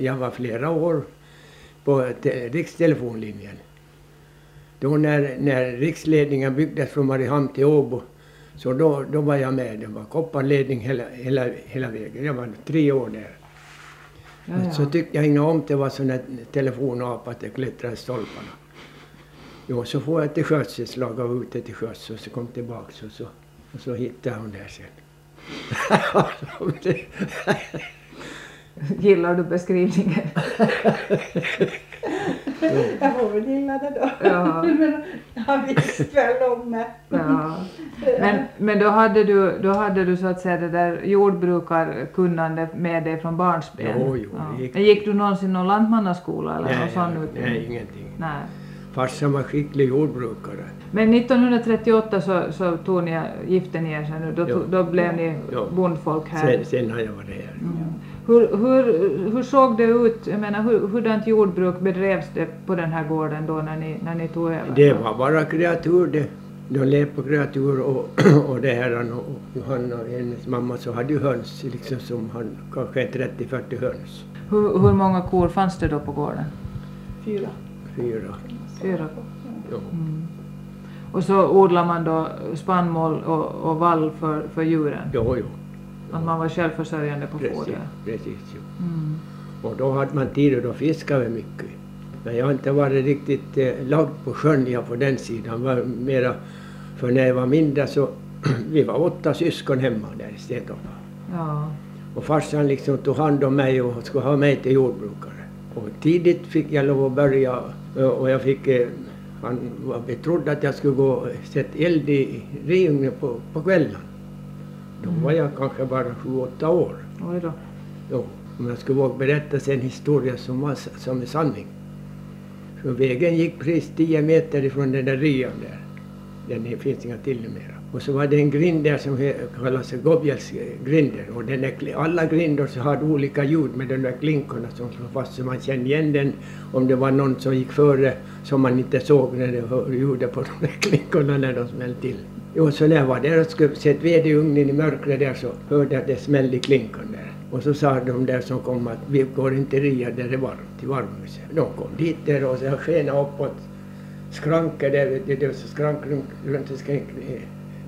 Jag var flera år på te- rikstelefonlinjen. Då när, när riksledningen byggdes från Mariehamn till Åbo, så då, då var jag med. Det var kopparledning hela, hela, hela vägen. Jag var tre år där. Ja, ja. Så tyckte jag inte om det var sån där telefonapa att det klättrade i stolparna. Jo, så får jag till sjöss ett slag och var ute till sjöss och så kom tillbaks och så, och så hittade hon där sen. Gillar du beskrivningen? Jag får väl gilla det då. Ja. Men han visste väl om mig. Ja. Men, men då, hade du, då hade du så att säga det där jordbrukarkunnande med dig från barnsben? Jo, jo, Ja. det gick- Men gick du någonsin någon lantmannaskola eller någon nej, sån jag- utbildning? nej, ingenting. nej. Farsan var skicklig jordbrukare. Men 1938 så, så tog ni, gifte ni er sen, då, Ja. tog, då blev ni Ja. bondfolk här. Sen, sen har jag varit här. Hur, hur, hur såg det ut, jag menar hur, hurdant jordbruk bedrevs det på den här gården då när ni, när ni tog över? Det var bara kreatur det. De led på kreatur och, och det här och och Johanna och hennes mamma så hade ju höns, liksom som han, kanske 30-40 höns. Hur, hur många kor fanns det då på gården? Fyra. Fyra. Fyra. Ja. Och så odlar man då spannmål och, och vall för, för djuren? Jo, jo. Att man var självförsörjande på Precis, foder? precis. Jo. Mm. Och då hade man tid och då fiskade vi mycket. Men jag har inte varit riktigt eh, lagd på sjön jag på den sidan. Var mera, för när jag var mindre så, vi var åtta syskon hemma där i Stenstorpa. Ja. Och farsan liksom tog hand om mig och skulle ha mig till jordbrukare. Och tidigt fick jag lov att börja eh, och jag fick, eh, han var betrodd att jag skulle gå och sätta eld i Riungen på, på kvällen. Då var jag kanske bara sju, åtta år. Oj då. Jo, om jag skulle våga berätta en historia som, var, som är sanning. För vägen gick precis 10 meter ifrån den där ryan där. Den finns inga till numera. Och så var det en grind där som he- kallas Gobiels grinder. Och den är, kli- alla grindor så hade olika ljud med de där klinkorna som slog fast så man kände igen den. Om det var någon som gick före som man inte såg när det hör- gjorde på de där klinkorna när de smällde till. Jo, så när jag var där och skulle sätta ved i ugnen i mörkret där så hörde jag att det smällde i klinkan där. Och så sa de där som kom att vi går inte ria där det är varmt, i varmhuset. De kom dit där och så skenade uppåt skranket där, vet du, det var så skrank runt, runt så skrank, eh,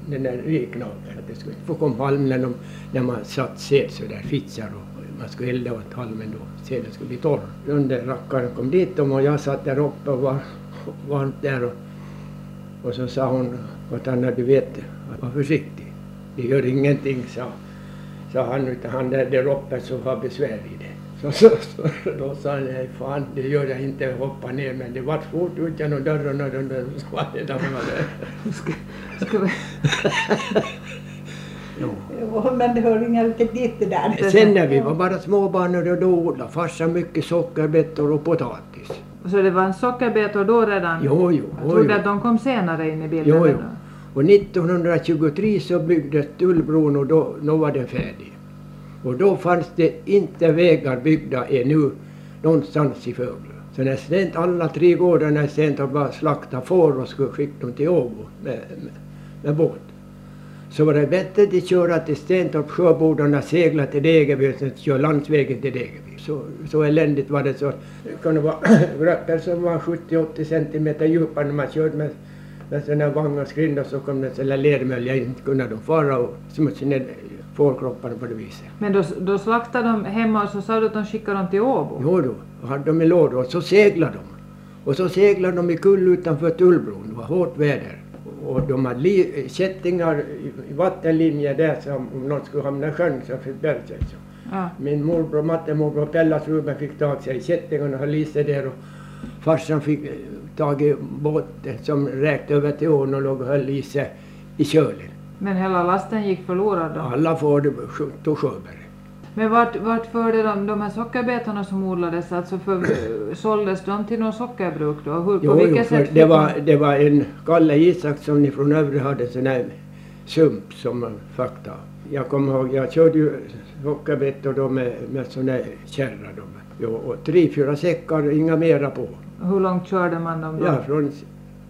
den där riknagaren. Det skulle inte få komma halm när, de, när man satt sed så där fittsar och man skulle elda åt halmen då, seden skulle bli torr. Den där rackaren kom dit och jag satt där uppe och var varmt där och och så sa hon åt Anna, du vet, var försiktig. Det gör ingenting, sa, sa han, utan han där, där uppe så har besvär i det. Så, så, så då sa han, nej fan, det gör jag inte, jag hoppar ner. Men det var fort ut genom dörren och den där så var det där hon var där. Ska, ska vi... Jo, Men det hör inga riktigt dit det där. Sen när vi var bara småbarn och då odlade farsan mycket sockerbetor och potatis. Så det var en sockerbetor då redan? Jo, jo, Jag jo, trodde jo. att de kom senare in i bilden. jo, jo. ändå. Och 1923 så byggdes tullbron och då, då var den färdig. Och då fanns det inte vägar byggda ännu någonstans i Föglö. Så när sent, alla tre gårdarna i Stentorp bara slaktade får och skulle skicka dem till Åbo med, med, med båt. Så var det vettigt att köra till Stentorp, sjöbordarna segla till Degerby och sen köra landsvägen till Degerby. Så, så eländigt var det så. Det kunde vara grötter som var 70-80 centimeter djupa när man körde med, med sådana vagnar skrinda så kom det sådana lermölja in, kunde de fara och smutsa ner fårkropparna på det viset. Men då, då slaktade de hemma och så sa du att de skickade dem till Åbo? Jo då, och hade de i lådor och så seglade de. Och så seglade de i kull utanför Tullbron, det var hårt väder. Och de hade li- kättingar i- i vattenlinjer där som om någon skulle hamna i sjön så fick bära sig. Så. Ja. Min morbror, mattemorbror Pellas Ruben fick tag sig i kättingarna och höll i sig där och farsan fick eh, tag i båten som räkte över till ån och låg och höll i sig i kölen. Men hela lasten gick förlorad då? Alla får tog sjöberg. Men vart, vart förde de, de här sockerbetorna som odlades, alltså för, såldes de till någon sockerbruk då? Hur, på Jo, jo vilket sätt för fick det, de- var, det var en Kalle Isaksson ifrån Övre hade sån här sump som fakta. Jag kommer ihåg, jag körde ju sockerbetor då med, med sån här kärra då. Jo, och tre, fyra säckar, inga mera på. Hur långt körde man dem då? Ja, från,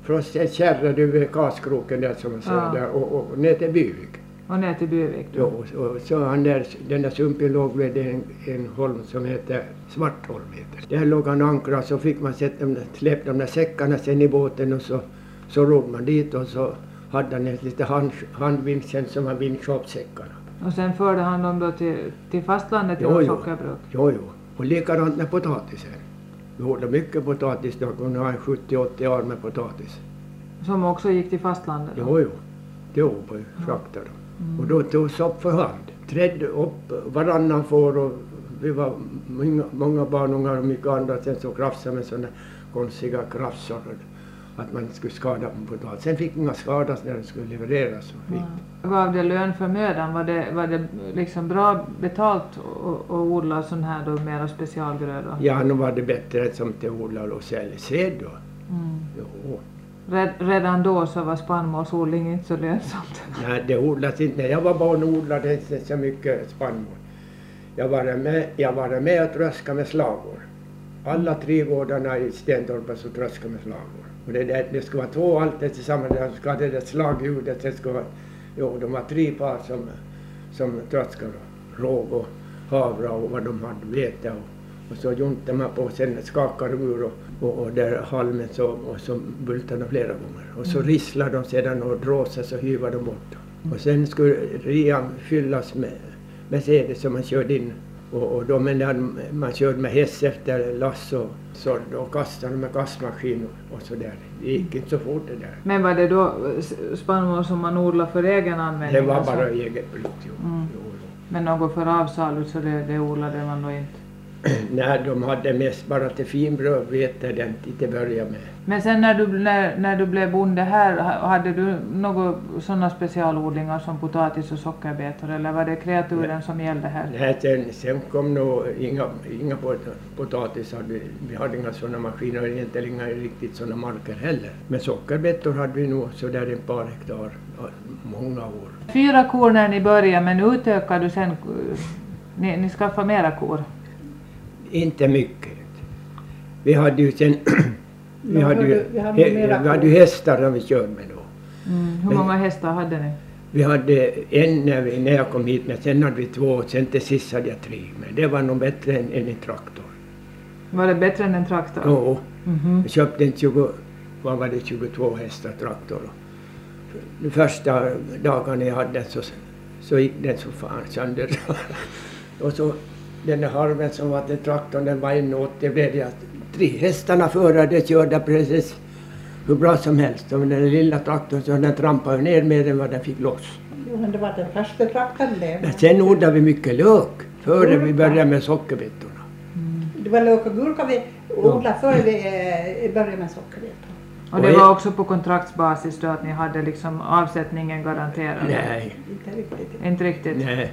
från kärra du vid Karlskroken där som man säger Ja. där och, och ner till Byvik. och ner till Bövik då? Ja, och, och så han där, den där sumpen låg vid en, en holm som heter Svartholm. Heter. det. Där låg han ankrad så fick man sätta de där, släppa de där säckarna sen i båten och så, så rodde man dit och så hade han lite hand, handvinschel som han vinschade upp säckarna. Och sen förde han dem då till, till fastlandet Jo, till jo. sockerbruk? Jo, jo. Och likadant med potatisen. Vi odlade mycket potatis då, kunde ha en 70-80 år med potatis. Som också gick till fastlandet? då? Jo, jo. Det var på frakter då. Och då togs upp för hand. Trädde upp varannan får och vi var många, många barnungar och mycket andra. Sen så krafsade med sådana konstiga krafsar. och Att man skulle skada på potatis. Sen fick inga skadas när de skulle levereras. Och fick. Gav det lön för mödan? Var det, var det liksom bra betalt att att odla sån här då mera specialgröda? Ja, nu var det bättre som till odlare och sälj. Säd då. Mm. Jo. Red, redan då så var spannmålsodling inte så lönsamt. Nej, det odlas inte. När jag var barn odlades det inte så mycket spannmål. Jag var med, jag var med och tröskade med slagor. Alla trädgårdarna i Stentorpa så tröskade med slagor. Och det, där, det skulle vara två alltid tillsammans. De skulle ha det där slagljudet. Det skulle vara, jo, de var tre par som, som tröskade. då. Råg och havra och vad de hade, vete och, och så juntade man på. Sen skakade de ur och, och, och där halmen så, och så bultade de flera gånger. Och så risslade de sedan och dråsade så hyvade de bort dem. Och sen skulle rian fyllas med Mercedes som man körde in. Och, och då men den, man körde med häst efter lass och så då kastade de med kastmaskin och, och så där. Det gick inte så fort det där. Men var det då eh, s- spannmål som man odlade för egen användning? Det var alltså? bara eget bruk. Jo. Mm. Jo, jo. Men något för avsalu så det, det odlade man då inte? Nej, de hade mest bara till finbröd, vete den till att börja med. Men sen när du, när, när du blev bonde här, ha- hade du några sådana specialodlingar som potatis och sockerbetor eller var det kreaturen som gällde här? Nej, sen, sen kom nog inga, inga pot- potatisar. Vi- Vi hade inga sådana maskiner och egentligen inga riktigt sådana marker heller. Men sockerbetor hade vi nog sådär ett par hektar, ja, många år. Fyra kor när ni började men utökade du sen, eh, ni, ni skaffade mera kor? Inte mycket. Vi hade ju sen... vi, Men hade ju, hörde- vi hade he- mera vi hade ju kor. hästar som vi körde med då. Mm. Hur Men- många hästar hade ni? Vi hade en när, vi, när jag kom hit, men sen hade vi två och sen till sist hade jag tre. Men det var nog bättre än, än en traktor. Var det bättre än en traktor? Jo, Mhm. jag köpte en 20, vad var det, 22 hästar traktor. då. De första dagarna jag hade den så, så gick den så fan sönder. och så den där harven som var till traktorn, den var inåt. Det blev det att tre hästarna före det körde precis hur bra som helst. Och den där lilla traktorn så den trampade ner mer än vad den fick loss. Jo, men det var den första traktorn Men det. sen odlade vi mycket lök före vi började med sockerbetorna. Det var lök och gurka vi odlade före vi eh, började med sockerbetor. Och det var också på kontraktsbasis då att ni hade liksom avsättningen garanterad? Nej, Inte riktigt. Inte riktigt? nej.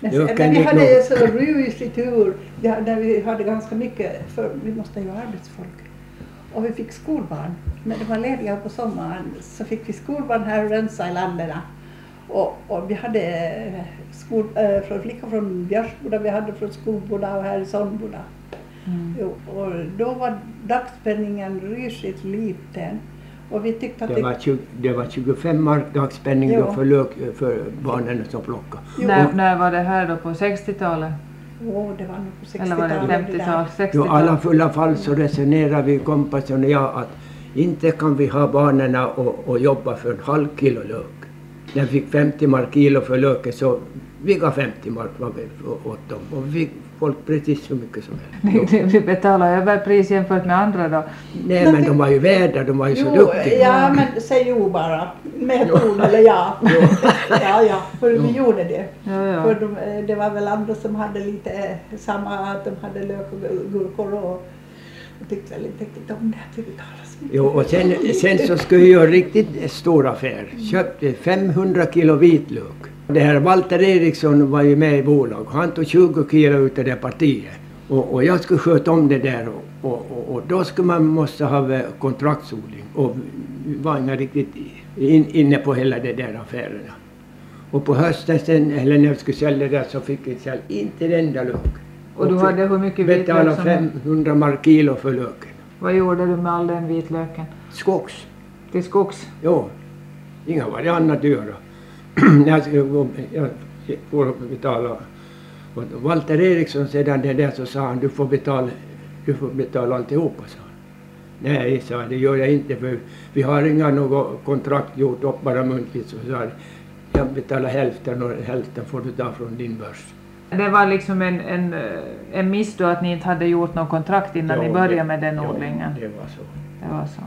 Men, Jag sen, kan men vi inte hade nog- ju så rusig tur där, där vi hade ganska mycket, för vi måste ju ha arbetsfolk. Och vi fick skolbarn. När de var lediga på sommaren så fick vi skolbarn här och rensade i landerna. Och, och vi hade eh, skol, eh, från flickor från Björnsboda, vi hade från Skogboda och här i Sundboda. Mm. Jo, Och då var dagspenningen rysligt liten. Och vi tyckte att Det var, 20, det var 25 mark dagspänning då Ja. för, lök, eh, för barnen som plockade. När, när var det här då? På 60-talet? Åh, det var nog på 60-talet. Eller var det det där. 50-talet? I 60-talet? alla fulla fall så resonerar vi, kompassen och jag, att inte kan vi ha barnen och, och jobba för en halv kilo lök. Den fick 50 mark kilo för löken så vi gav 50 mark vad vi åt dem. Och vi fick folk precis hur mycket som helst. Ni, ni betalar överpris jämfört med andra då. Nej men de var ju värda, de var ju så Jo, duktiga. ja men säg jo bara. Med ton eller ja. Ja, ja, för vi gjorde det. Ja, ja. För de, eh, det var väl andra som hade lite eh, samma, att de hade lök och gu- gurkor och jag tyckte väl inte riktigt om det att vi betalade så mycket. Jo, och sen, sen så skulle jag göra riktigt stor affär. Köpte 500 kilo vitlök. Det här Walter Eriksson var ju med i bolag. Han tog 20 kilo utav det partiet. Och, och jag skulle sköta om det där och, och, och, och då skulle man måste ha eh, kontraktsodling. Och vi var inga riktigt in, inne på hela det där affärerna. Och på hösten sen, eller när jag skulle sälja det där så fick jag sälja inte en enda lök. Och du hade hur mycket vitlök Betala som- 500 mark kilo för löken. Vad gjorde du med all den vitlöken? Skogs. Till skogs? Ja, inga var det annat att göra. jag skulle gå, jag jag for och betala. Och Walter Eriksson sedan det där så sa han, du får betala, du får betala alltihopa, sa han. Nej, sa jag, det gör jag inte för vi har inga något kontrakt gjort upp bara muntligt, så sa han. Jag betalar hälften och hälften får du ta från din börs. Det var liksom en, en, eh, en miss då att ni inte hade gjort något kontrakt innan Ja, ni det- började med den ja, odlingen. Det var så. Det var så.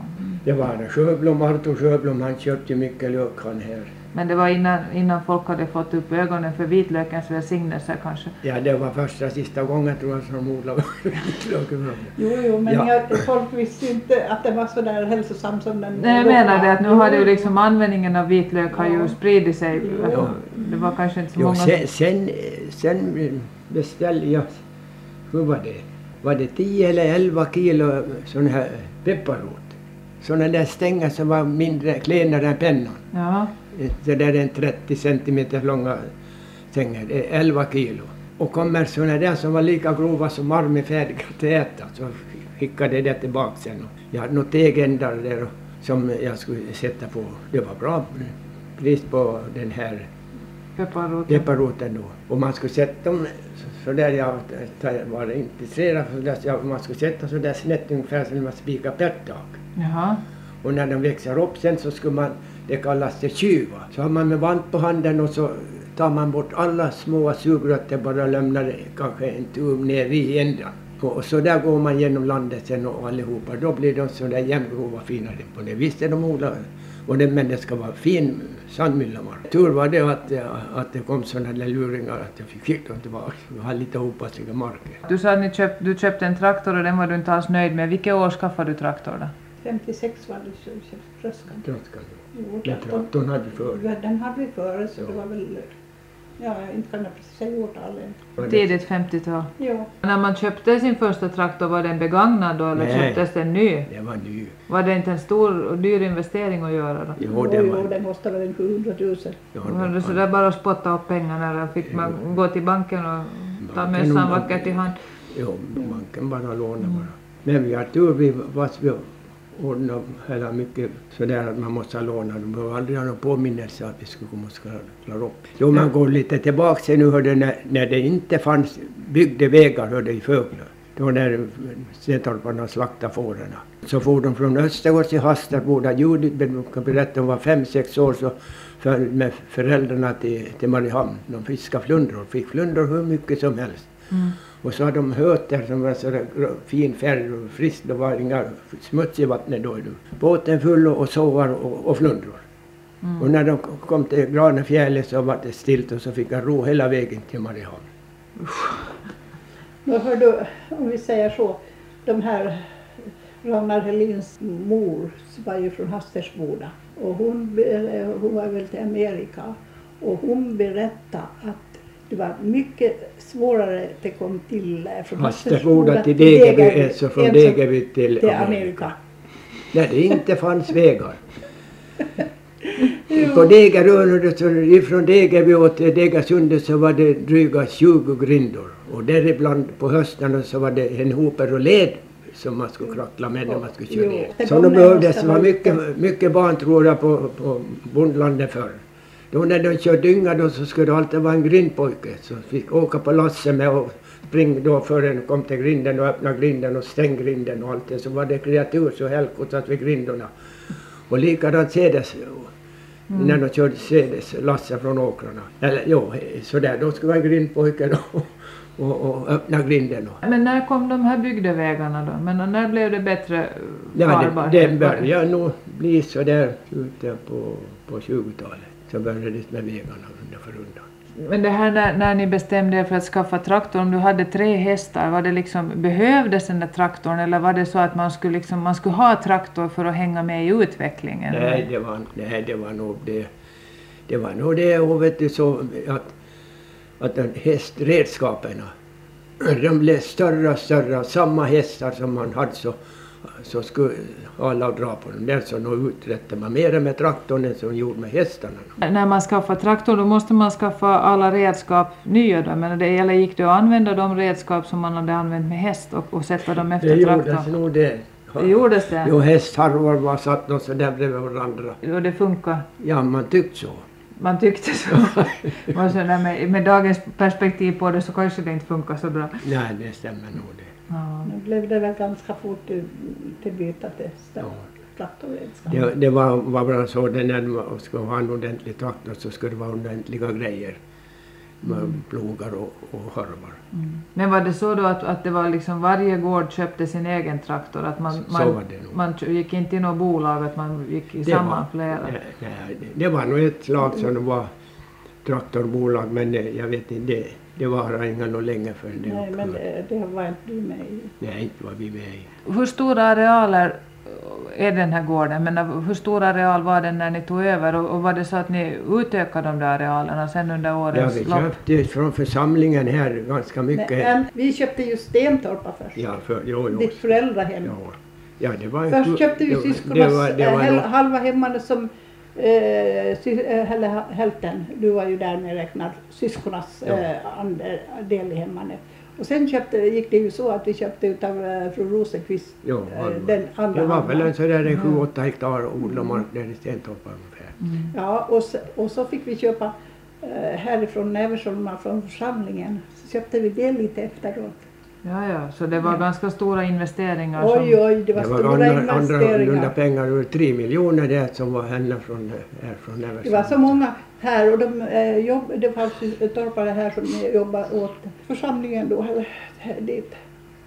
Det var en Sjöblom, Artur Sjöblom, han köpte mycket lök han här. Men det var innan, innan folk hade fått upp ögonen för vitlökens välsignelse kanske. Ja, det var första sista gången tror jag som odlade lök. i Sjöblom. Jo, jo, men Ja. jag, folk visste inte att det var så där hälsosam som den Nej, jag låg. menar det att nu har det ju Jo. liksom användningen av vitlök har ju Ja. spridit sig. Alltså, Ja. Det var kanske inte så Jo, många... sen, sen, sen beställde jag, hur var det, var det 10 eller 11 kilo sån här pepparrot. Såna där stängar som var mindre, klenare än pennan. Ja, Eh, Det där är en 30 centimeter långa stängar, det är 11 kilo. Och kommer såna där som var lika grova som armen färdiga att äta så skickade jag det tillbaka sen. Och Jag hade något tegändar där och- som jag skulle sätta på. Det var bra pris på den här pepparroten. pepparroten då. Och man skulle sätta dem så- så där jag var intresserad för det, så jag- man skulle sätta så där snett ungefär som när man spikar pärtak. Jaha. Och när de växer upp sen så skulle man, det kallas det tjuva. Så har man med vant på handen och så tar man bort alla små sugrötter, bara lämnar kanske en tum ner i ändan. Och, och så där går man genom landet sen och allihopa. Då blir de så där jämngrova fina. På det viset de odlar. Och det, men det ska vara fin sandmyllamar. Tur var det att, eh, att det kom såna där luringar att jag fick skicka dem tillbaka. Vi hade lite hopasiga marker. Du sa att ni köpt, du köpte en traktor och den var du inte alls nöjd med. Vilket år skaffade du traktor då? 56 var det så köpte tröskan. Traktorn. Jo, Men tretton. traktorn hade vi förut. Ja, den hade vi före så Ja. det var väl, ja, jag inte kan jag precis säga årtalet. Tidigt 50-tal. Ja, När man köpte sin första traktor, var den begagnad då eller Nej. köptes den ny? Det var ny. Var det inte en stor och dyr investering att göra då? Jo, det var... den kostade väl 700 000. Ja, Var det det var- sådär bara att spotta upp pengarna eller fick man gå till banken och ta Banken och mössan banken. vackert i hand? Jo, man kan bara låna bara. Men vi har tur, vi fast vi ordnade hela mycket sådär att man måste låna. De behöver aldrig ha någon påminnelse att vi skulle komma och ska klara upp. Jo, man går lite tillbaka sen nu hörde när, när det inte fanns byggde vägar hörde i Föglö. Då när Stentorparna slaktade fåren. Så for de från Östergård till Hallstaboda. Judit men kan berätta, hon var fem sex år så följde med föräldrarna till, till Mariehamn. De fiskade flundror, fick flundror hur mycket som helst. Mm. Och så hade de höter som var så där gr- fin färg och friskt. Det var inga smuts i vattnet då. Båten full och och sovar och, och flundror. Och när de k- kom till Granefjället så var det stilt och så fick jag ro hela vägen till Mariehamn. Men hör du, om vi säger så, de här Ragnar Helins mor var ju från Hastersboda och hon, be- hon var väl till Amerika och hon berättade att det var mycket svårare att det kom till eh, från Hastersboda till Degerby, alltså från än som- Degerby till till Amerika. Amerika. Där det inte fanns vägar. På Degerön, och det- så ifrån Degerby och till Degersundet så var det dryga 20 grindor. Och däribland på hösten så var det en hoper och led som man skulle krackla med när man skulle köra Jo. ner. Så då behövdes, det var mycket, mycket barn tror jag på, på bondlandet förr. Då när de körde dynga då så skulle det alltid vara en grindpojke som fick åka på lasse med och springa då förrän kom till grinden och öppna grinden och stäng grinden och allt det. Så var det kreatur så helkot satt vid grindarna. Och likadant sedes, när de körde sedes, Lasse från åkrarna. Eller jo, sådär, då skulle vara grindpojken och, och, och öppna grinden. Och. Men när kom de här bygdevägarna då? Men när blev det bättre eh, Ja, farbarhet? det, det började nog bli sådär ute på, på 20-talet. Så började det med vägarna undan för undan. Men det här när, när ni bestämde er för att skaffa traktor, om du hade tre hästar, var det liksom, behövdes den där traktorn eller var det så att man skulle, liksom, man skulle ha traktor för att hänga med i utvecklingen? Nej, det var, nej, det var nog det. Det var nog det och vet du, så att, att den hästredskapen, de blev större och större. Samma hästar som man hade så, så skulle alla dra på dem. Där så nog uträttade man mer med traktorn än som man gjorde med hästarna. När man skaffar traktor då måste man skaffa alla redskap nya då, men det, eller gick det att använda de redskap som man hade använt med häst och, och sätta dem efter Det gjordes traktorn? nog det. Det gjordes det? Jo, hästharvar var satt och så där bredvid varandra. Och det funkar? Ja, man tyckte så. man tyckte så. Man så nej, med, med dagens perspektiv på det så kanske det inte funkar så bra. Nej, det stämmer nog det. Ja. Nu blev det väl ganska fort till, till byta till större Ja. traktorredskap. Det, det var, var bra så det när man ska ha en ordentlig traktor så ska det vara ordentliga grejer. Med Mm. plogar och, och harvar. Men var det så då att, att det var liksom varje gård köpte sin egen traktor? Att man, Så var man, det nog. man gick inte i något bolag, att man gick i Det samman var- flera? Nej, nej, det- det var nog ett slag som det var traktorbolag men eh, jag vet inte, det, det var inga nog länge förrän det Nej, men upphörde. det, det var inte du med i. Nej, inte var vi med i. Hur stora arealer eh, är den här gården? Men eh, hur stor areal var den när ni tog över? Och, och var det så att ni utökade de där arealerna sen under Ja, årens vi lopp? köpte från församlingen här ganska mycket. Men vi köpte ju Stentorpa först. Ja, för, jo, jo. Ditt föräldrahem. Ja, ja det var Först köpte det vi var- syskonas det var- det var eh, hel- nog- halva hemman som eh, sy, eh, eller ha- hälften, du var ju där med räknad, syskonas Ja. eh, ande- del i hemman. Och sen köpte, gick det ju så att vi köpte utav eh, fru Rosenqvist Ja, eh, halva. den andra Det var väl halvan. en sådär en 7-8 hektar odlad mark där i Stentorpa ungefär. Mm. Ja, och, s- och så fick vi köpa eh, härifrån Näversholma från församlingen. Så köpte vi det lite efteråt. Ja, ja, så det var ganska stora investeringar. Oj, oj, det var, Det stora var andra, andra investeringar. runda pengar, det var tre miljoner där som var hända från, här från Det var så Näversson. många här och de, eh, jobb, det fanns ju torpare här som jobbade åt församlingen då, eller här- dit.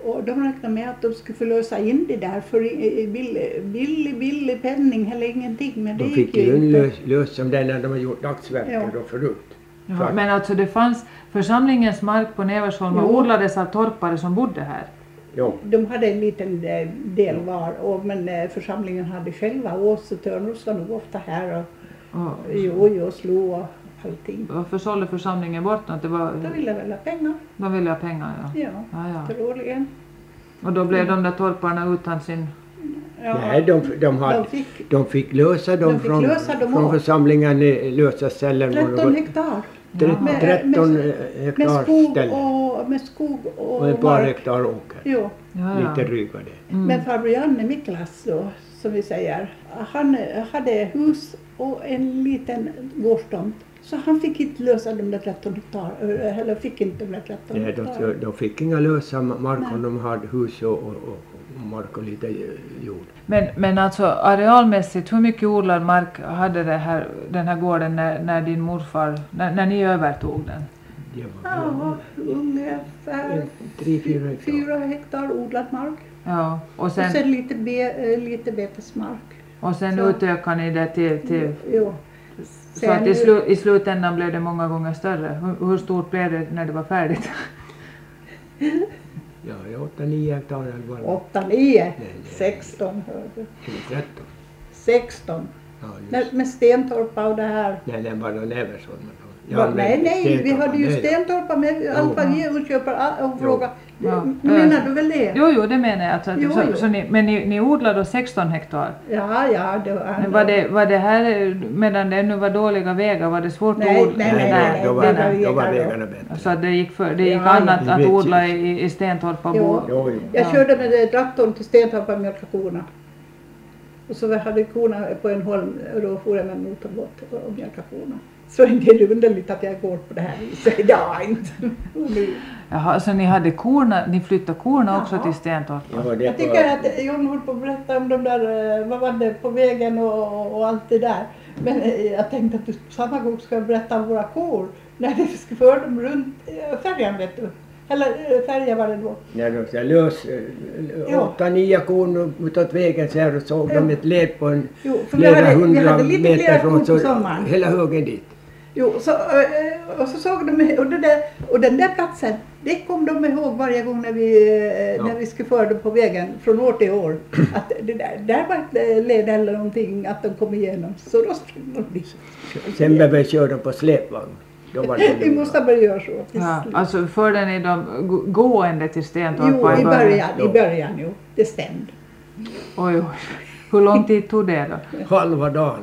Och de räknade med att de skulle få lösa in det där för i- i billig, billig, billig penning eller ingenting. Men det De fick gick ju ju en inte. lös, lös som den när de har gjort dagsverken Ja. då förut. Ja, Fakt. men alltså det fanns församlingens mark på Näversholm och Jo. odlades av torpare som bodde här. Ja. De hade en liten eh, del var, och, men eh, församlingen hade själva Åse Törnros var nog ofta här och Och, jo, jo, slog och allting. varför sålde församlingen bort något? Det De var, ville väl ha pengar, de ville ha pengar, ja. ja, ja, ja. förmodligen. Och då blev de där torparna utan sin... Ja. Nej, de, de, de hade, fick de fick lösa dem De fick från, lösa dem från åt. församlingen, eh, lösa ställen. och det var 13 hektar. tre- med- 13 med- eh, Med hektar skog ställen och, med skog och, och ett par mark. hektar åker. Jo. Ja, ja. Lite ryggar det. Mm. Men farbror Janne Miklas då, som vi säger, han eh, hade hus och en liten gårdstomt. Så han fick inte lösa de där 13 hektar, eh, eller fick inte de där 13 Nej, de, hektar. de fick inga lösa mark Nej. om de hade hus och, och, och mark och lite eh, jord. Men, men alltså arealmässigt, hur mycket odlad mark hade det här, den här gården när, när din morfar, när, när ni övertog den? Det var Ja, ungefär tre, fyra hektar. fyra hektar odlad mark. Ja, och Och sen, sen lite, be, eh, lite betesmark. och sen så- utökade ni det till, till Jo. så att Sen- i, slu, i slutändan blev det många gånger större. Hur, hur stort blev det när det var färdigt? Ja, det är åtta, nio hektar eller vad det var. åtta, nio, Nej, nej. 16 hörde du. Eller tretton. 16. Ja, just. Med, med Stentorpa och det här. Nej, den var då Näversholmen då. Va- nej, nej, vi Stentorpa, hade ju nej, ja. Stentorpa med Alfa och köper all- och frågar. Ja. Menar du väl det? Jo, jo, det menar jag. Alltså, att- Jo, så, jo. Så ni, men ni, ni odlade då 16 hektar. Ja, ja, det var... Men var det, var det här, medan det ännu var dåliga vägar, var det svårt Nej, att odla? nej, nej, nej, då, då, nej, var, nej, då var nej, nej. vägarna bättre. Alltså- Så att det gick, för, det gick Ja, annat ja. att odla i, i Stentorpa och bo? Jo. Jo, jo. Ja. Jag körde med eh, traktorn till Stentorpa och mjölkade korna. Och så vi hade korna på en holm och då for jag med motorbåt och mjölkade korna. Så det är underligt att jag går på det här viset idag. inte. Jaha, så ni hade korna, ni flyttade korna också Ja. till Stentorpa? Ja, det Jag tycker att John höll på att berätta om de där, eh, vad var det, på vägen och, och allt det där. Men eh, jag tänkte att du samma gång ska jag berätta om våra kor. När vi ska föra dem runt eh, färjan vet du. Eller eh, färja var det då. När de så lös, Ja. åtta, nio korn utåt vägen så här och såg de Ja. ett led på en Jo, för vi flera hade- vi hundra hade lite flera meter kor från på så sommaren. hela högen dit. Jo, så, eh, och så såg de, och, det där, och den där platsen, det kom de ihåg varje gång när vi, eh, Ja. när vi skulle föra dem på vägen från år till år. Att det där, där var ett led eller någonting, att de kom igenom. Så då sprang de dit. Sen började vi köra dem på släpvagn. Då var det I Mostaberg gör så. Ja, alltså förde ni dem gå- gående till Stentorpa Jo, i början, i Ja. början jo. Det stämde. Oj, oj. Hur lång tid tog det då? halva dagen.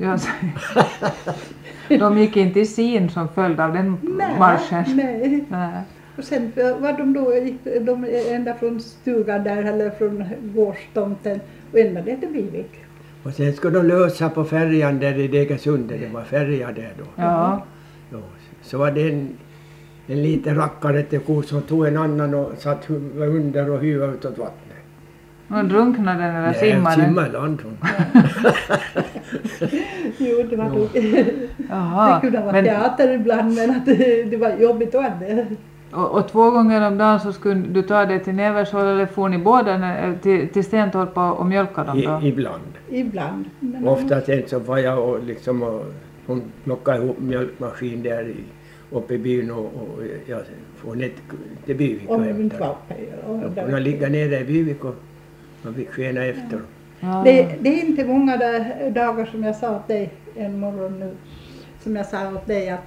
Jag säger- De gick inte i sin som följd av den marschen? nej. Nej. Och sen eh, var de då, gick de eh, ända från stugan där eller från gårdstomten och ända ner till Bivik. Och sen skulle de lösa på färjan där i Degersundet, det var färja där då. Ja. Ja, så var det en, en liten rackare till ko som tog en annan och satt huvudet under och huvudet utåt vattnet. Och drunknade den eller Nej, simmade den? simmade i land hon. Jo, det var nog... Jaha. Det kunde vara Men, teater ibland men att det, det var jobbigt att ändå. och, och två gånger om dagen så skulle du ta dig till Nevershåll eller for ni båda när- eh, till, till Stentorp och och mjölka dem då? I, ibland. Ibland. Men Ofta sen så var jag och liksom och hon plockade ihop mjölkmaskin där i, uppe i byn och, och jag får ner till- till Byvik och Om de inte var hämtade. uppe. Jag och kunde där- ligga nere i Byvik och man fick skena efter. Ja. Det, det är inte många da- dagar som jag sa åt dig en morgon nu, som jag sa åt dig att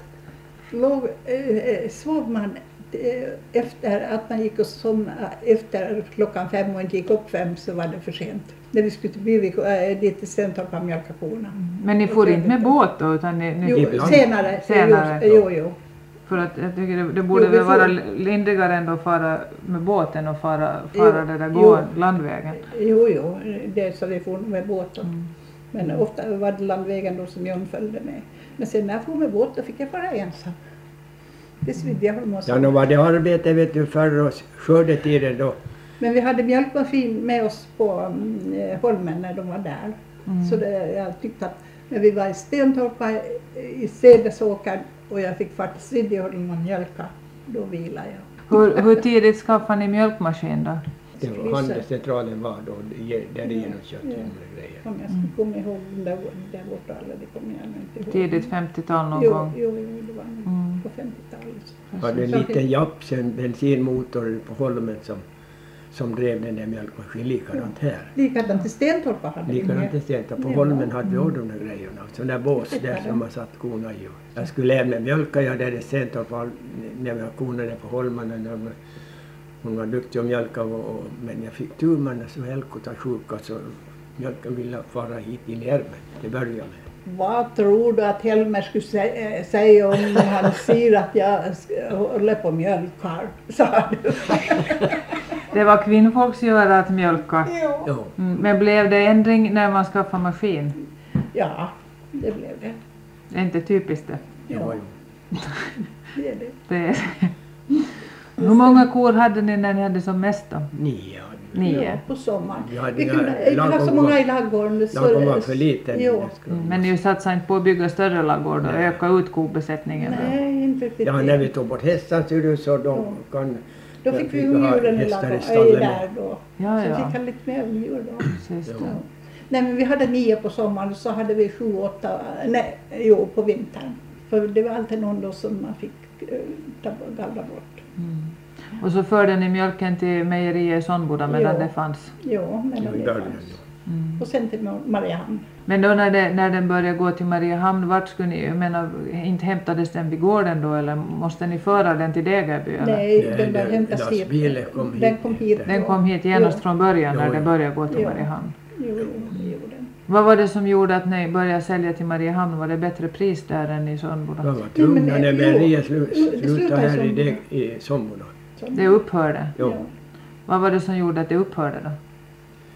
låg, eh, eh, sov man eh, efter att man gick och somnade efter klockan fem och inte gick upp fem så var det för sent. När vi skulle till Bivik, äh, dit till Stentorp och mjölka korna. Men ni får inte med båt då? Utan ni, ni, Jo, Ibland. senare. Senare. Jo, jo, jo. För att jag tycker det, det borde Jo, vi väl vara får- lindrigare än att fara med båten och fara, fara Jo, det där jo. gå landvägen. Jo, jo, det är så vi for med båten. Men ofta var det landvägen då som John följde med. Men sen när jag for med båt då fick jag vara ensam. Det svidde jag honom Ja, nu var det arbete vet du förr och skördetiden då. Men vi hade mjölkmaskin med oss på mm, eh, Holmen när de var där. Så det, jag tyckte att när vi var i Stentorpa eh, i Cedersåkern och jag fick faktiskt svidde i honom och mjölka, då vilade jag. Hur, hur tidigt skaffade ni mjölkmaskin då? Det var handelscentralen var då, ge- där igenom köttet och grejer. Om jag skulle komma ihåg den där, där borta, eller det kommer jag nog inte ihåg. Tidigt 50-tal någon Jo, gång? jo, jo, det var nog Mm. på 50-talet. hade en Så- liten Japs, en bensinmotor på Holmen som, som drev den där mjölkmaskinen. Likadant här. Likadant i Stentorpa hade vi Likadant i med. Stenstorp. På Ja. Holmen hade vi också de där grejerna. Sån där bås där som man satt korna i. Jag skulle även mjölka jag där i Stenstorp all- när jag konade på Holmen. och de- Hon var duktig att mjölka och, och, men jag fick tur med henne så Helkot var sjuk och så mjölken ville fara hit i Järven till att börja med. Vad tror du att Helmer skulle sä- eh, säga om han ser att jag sk- håller på och mjölkar? Sa du. Det var kvinnfolks göra att mjölka. Jo. Ja. Mm, Men blev det ändring när man skaffade maskin? Ja, det blev det. Det är inte typiskt det. Det var ju det, är det. det är... Hur många kor hade ni när ni hade som mest då? nio. Nio. Ja, på sommaren. Vi hade Vi ju kunde inte ha så lagom- många i ladugården. så- Lagom var för liten. Jo. Mm, Men ni satsade inte på att bygga större ladugårdar och Nej. öka ut kobesättningen? då? Nej, inte riktigt. Ja, när vi tog bort hästar så, du, så de kan... Då fick vi ha ungdjuren i hästar ladugården. stallen. där då. Ja, Så ja. fick han lite mer ungdjur då. Precis. Ja. Ja. Nej men vi hade nio på sommaren och så hade vi sju, åtta, nej, jo på vintern. För det var alltid någon då som man fick eh, ta, gallra bort. Och så förde ni mjölken till mejeriet i Sonnboda medan Ja. det fanns. Jo, men Jo, i det början, fanns. Och sen till Mar- Mariehamn. Men då när, det, när den började gå till Mariehamn, vart skulle ni, jag menar, inte hämtades den vid gården då eller måste ni föra den till Degerby? eller? Nej, Nej, den där den hämtas hit. lastbilen kom den hit. kom hit. Den ja. kom hit genast Jo, från början när Jo, det ja. började gå till Ja. Mariehamn. Jo, jo, det gjorde den. Vad var det som gjorde att ni började sälja till Mariehamn? Var det bättre pris där än i Sundboda? De var tvungna men, när jo, mejeriet jo, det slu- slutar slutade i här i, Sommorna. Deg- i Sommorna. Så, Det upphörde. Jo. ja. Vad var det som gjorde att det upphörde då?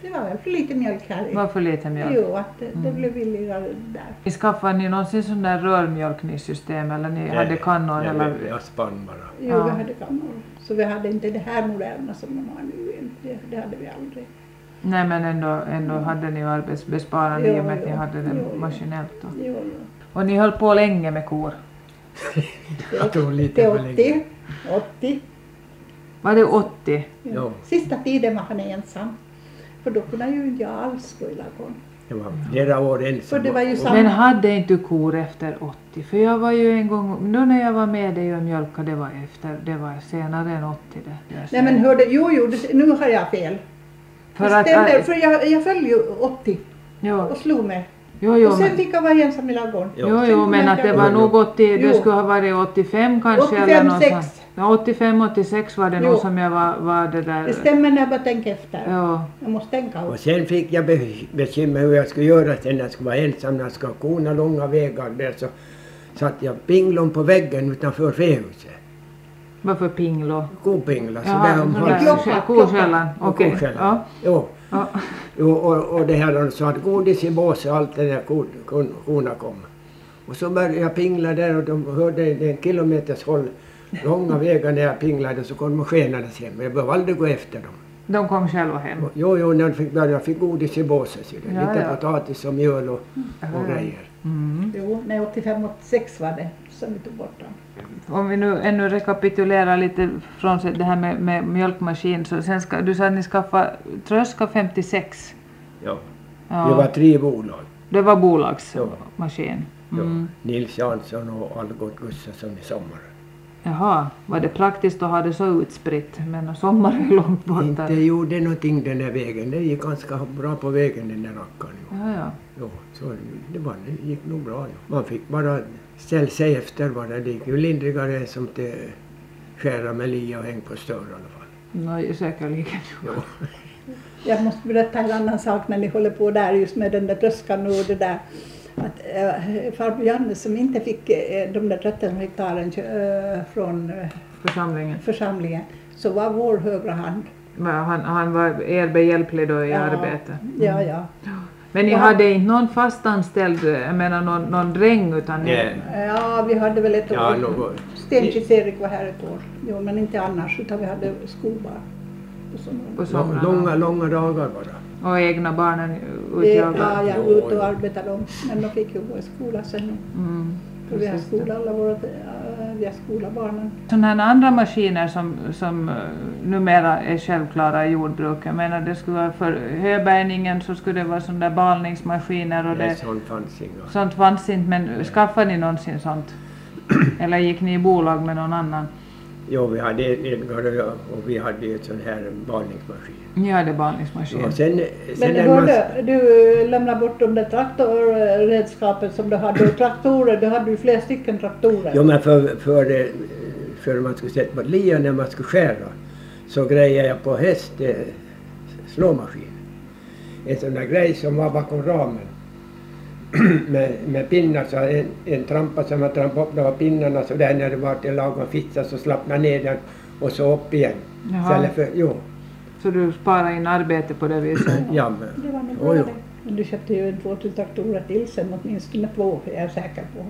Det var väl för lite mjölk här. i. Var för lite mjölk? Mm. Jo, att det, det blev billigare där. Ni Skaffade ni någonsin sån där rörmjölkningssystem eller ni hade kannor? Nej, eller? Jag spann bara. Jo, Ja. vi hade kameror. Så vi hade inte det här moderna som man har nu. Det, det hade vi aldrig. Nej men ändå, ändå Mm. hade ni ju arbetsbesparande i och med att Jo, ni jo. hade det Jo, jo. maskinellt. Då. Jo, jo. Och ni höll på länge med kor. Jag tog lite Till för länge. 80. 80. Var det 80? Ja. Sista tiden var han ensam. För då kunde ju inte jag alls gå i ladugården. Det var flera år ensam. För det var ju Och- samma- Men hade inte du kor efter 80? För jag var ju en gång, nu när jag var med dig och mjölkade, det var efter, det var senare än 80 det. det Nej men hörde, jo, jo, det- nu har jag fel. för det att, stämmer, för jag, jag föll ju 80 jo, och slog mig. jo, jo, och sen men, fick jag vara ensam i ladugården. jo, Ja. jo, men att det var Jo, jo. nog 80, det Jo. skulle ha varit 85 kanske eller 85, någonstans. sex. Ja, 85, 86 var det nog Jo. som jag var, var det där. Det stämmer när jag bara tänker efter. Ja, Jag måste tänka Och också. sen fick jag be- bekymmer hur jag skulle göra sen när jag skulle vara ensam. När jag skulle ha korna långa vägar där så satt jag pinglon på väggen utanför fähuset. varför pinglo? Kopingla, så Jaha, där om den där halsen. klockan. koskällan. Okej. Koskällan. Ja. Jo. Ja. Och, och, och det här de sa att godis i båset allt det där kon- kon- korna kom. Och så började jag pingla där och de hörde det en kilometers håll långa vägar när jag pinglade så kom de och skenades hem. Jag behövde aldrig gå efter dem. De kom själva hem. Och- Jo, jo, när de fick börja fick godis i båset. ser du. Mm. Ja, Lite ja. potatis och mjöl och, och grejer. Mm. Jo, nej 85-86 var det som vi tog bort dem. Om vi nu ännu rekapitulerar lite från det här med, med mjölkmaskin. Så sen ska, du sa att ni skaffade Tröska 56. Ja. Ja, Det var tre bolag. det var bolagsmaskin. Ja. Mm. Nils Jansson och Algot Gustafsson i sommar. Jaha, var det praktiskt att ha det så utspritt? Men sommar är långt borta. Inte gjorde någonting den där vägen. Det gick ganska bra på vägen den där rackaren. Jo. Ja, ja. Jo, så det, var, det gick nog bra. Jo. Man fick bara ställa sig efter bara. Det gick ju lindrigare än som till skära med lia och häng på stör i alla fall. Nå, säkerligen. Jo. Jag måste berätta en annan sak när ni håller på där just med den där tröskan och det där. Att äh, farbror Janne som inte fick eh, de där 13 hektaren eh, från eh, Församlingen. församlingen så var vår högra hand. Men han, han var er behjälplig då i arbete. Ja, ja. Men ni Ja. hade inte någon fastanställd, jag menar någon, någon dräng utan ni... Nej. Ja, vi hade väl ett Ja, år. något. Stenkils-Erik var här ett år. Jo, men inte annars utan vi hade skolbarn på sommaren. på Lång- Långa, somrarna. långa dagar bara. Och egna barnen Vi, utjagade. ja, jag Jo, var ute jo. och arbetade dem. Men de fick ju gå i skola sen. Mm, Och vi har precis det. skola, alla våra, äh, vi har skola barnen. Sådana här andra maskiner som, som eh, numera är självklara i jordbruket. Jag menar det skulle vara för höbärgningen så skulle det vara sådana där balningsmaskiner och Nej, det, sånt fanns inga. sånt fanns inte men skaffade ni någonsin sånt? Eller gick ni i bolag med någon annan? Jo, vi hade Edgar och jag och vi hade ju ett sån här balningsmaskin. Ni hade balningsmaskin. Och sen, sen Men när man- hörde, du lämnade bort de där traktorredskapen som du hade. Och traktorer, du hade ju flera stycken traktorer. Jo men för, för, eh, för man skulle sätta bort lian när man skulle skära så grejade jag på häst eh, slåmaskin. En sån där grej som var bakom ramen. med, med pinnar så en, en trampa som man trampade upp de här pinnarna så där när det var till lagom fitsa så slappnade ner den och så upp igen. Jaha. Istället för, jo, Så du sparar in arbete på det viset? ja men. Det var nog Jo, bra jo. det. Men du köpte ju en två till traktorer till sen, åtminstone två är jag säker på.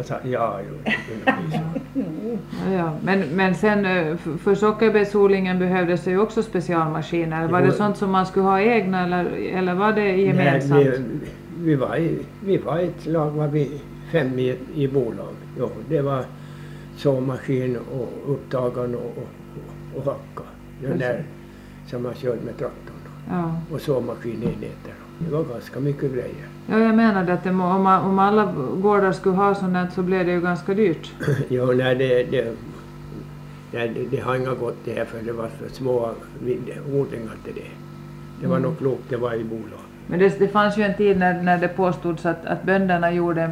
Och så, ja, jo. det kunde bli så. Jo. Ja, Ja, men, men sen eh, f- för sockerbetsodlingen behövdes det ju också specialmaskiner. Var Jo. det sånt som man skulle ha egna eller, eller var det gemensamt? Nej, vi, vi, var, i- vi var ett lag, var vi fem i, i bolag. Jo, det var såmaskin och upptagaren och, och, och hacka. Den där Alltså. som man körde med traktorn. då. ja. Och såmaskinenheter. då. Det var ganska mycket grejer. ja, jag menade att det må, om, man- om alla gårdar skulle ha sånt där så blev det ju ganska dyrt. jo, nej, det, det, nej, det, det har inga gått det här för det var för små vid- odlingar till det. Det Mm. var nog klokt, det var i bolag. Men det, det fanns ju en tid när, när det påstods att, att bönderna gjorde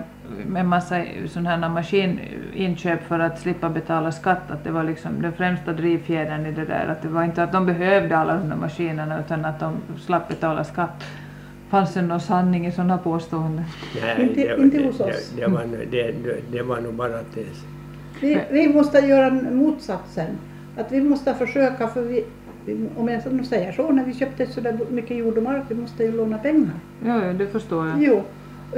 en massa sådana här maskininköp för att slippa betala skatt. Att det var liksom den främsta drivfjädern i det där. Att det var inte att de behövde alla de där maskinerna utan att de slapp betala skatt. Fanns det någon sanning i sådana påståenden? Nej, Inte- det, inte det, hos oss. Mm. Det, det, var, nog- det, det, det var nog bara att det Vi, vi måste göra motsatsen. Att vi måste försöka, för vi, vi- om jag nu säger så, när vi köpte så där mycket jord och mark, vi måste ju låna pengar. Ja, ja, det förstår jag. Jo,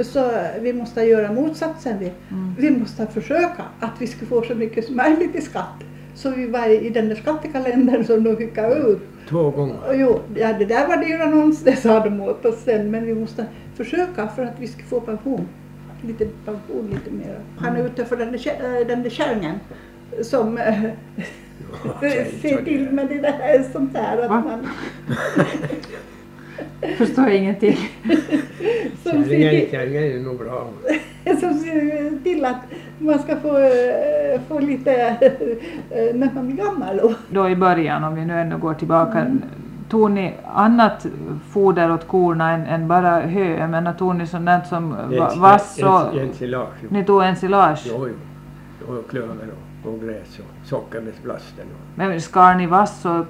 så vi måste göra motsatsen. Vi, vi måste försöka att vi ska få så mycket som möjligt i skatt. Så vi var i den där skattekalendern som de skickade ut. två gånger. Och jo, ja, det där var det ju annons, det sa de åt oss sen, men vi måste försöka för att vi ska få pension. Lite pension, lite mer. Han är ute för den där, kä- eh, den där kärringen som eh, ser till med det där sånt där. Att Va? man, Förstår jag ingenting. som, ser Kärringen, till, kärringen är nog bra. som ser till att man ska få, eh, få lite eh, när man blir gammal. Och, Då i början, om vi nu ännu går tillbaka, tog ni annat foder åt korna än, än bara hö? Jag menar, tog ni sånt där som va- vass och... Ensilage. jo. Ni tog ensilage? Jo, jo. Och klöver och, och gräs och sockerbetsblasten. och- Men skar ni vass och,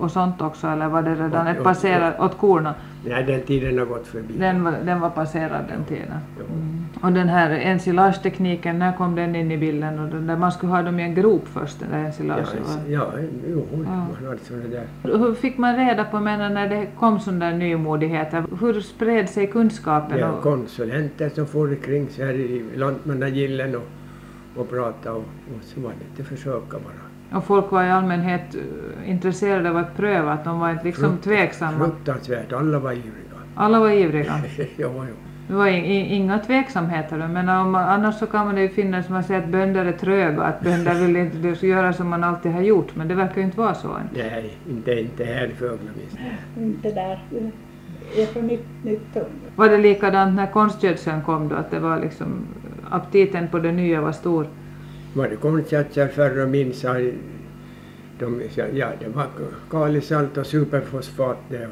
och sånt också eller var det redan Och- ett och- passerat åt korna? Nej, den tiden har gått förbi. Den var, den var passerad den tiden. Jo. Mm. Och den här ensilagetekniken, när kom den in i bilden? Och den där, man skulle ha dem i en grop först, den där Ja, ensilagen. va? ja, jo, man Ja. hade sådana där. Hur fick man reda på, menar, när det kom sådana där nymodigheter, hur spred sig kunskapen? Ja, och, konsulenter som for kring så här i lantmannagillen och, och pratade och, och så var det inte försöka bara. och folk var i allmänhet eh, intresserade av att pröva, att de var inte liksom Frukt- tveksamma. Fruktansvärt, alla var ivriga. Alla var ivriga. ja, ja. Det var i- i- inga tveksamheter. då, Men om, man- annars så kan man ju finna som man säger att bönder är tröga, att bönder vill inte det ska göra som man alltid har gjort. Men det verkar ju inte vara så än. Nej, inte, inte här i Fögla minst. Det där eh, är från nytt, nytt tum. Var det likadant när konstgödseln kom då, att det var liksom aptiten på det nya var stor? Var det konstgödsel förr och min sa de, sa- ja det var kalisalt och superfosfat det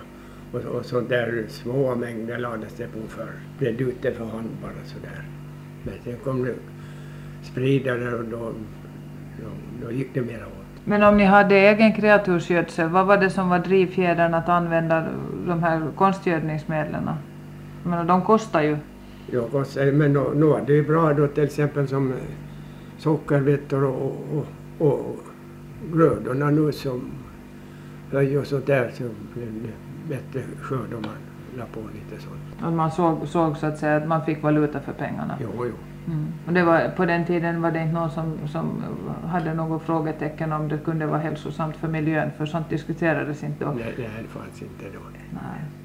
och, och sånt där små mängder lades det på förr. Bredde ut det för hand bara sådär. Men sen kom det spridare och då, då, då gick det mera åt. Men om ni hade egen kreatursgödsel, vad var det som var drivfjädern att använda de här konstgödningsmedlen? Jag menar, de kostar ju. Ja, och sen- men nå, nå, det är bra då till exempel som eh, sockerbetor och, och, och, och grödorna nu som höj och sånt där så blev det bättre skörd om man la på lite sånt. Och man såg, såg så att säga att man fick valuta för pengarna. Jo, jo. Mm. Och det var, på den tiden var det inte någon som, som hade något frågetecken om det kunde vara hälsosamt för miljön, för sånt diskuterades inte då. Nej, det här fanns inte då. Nej.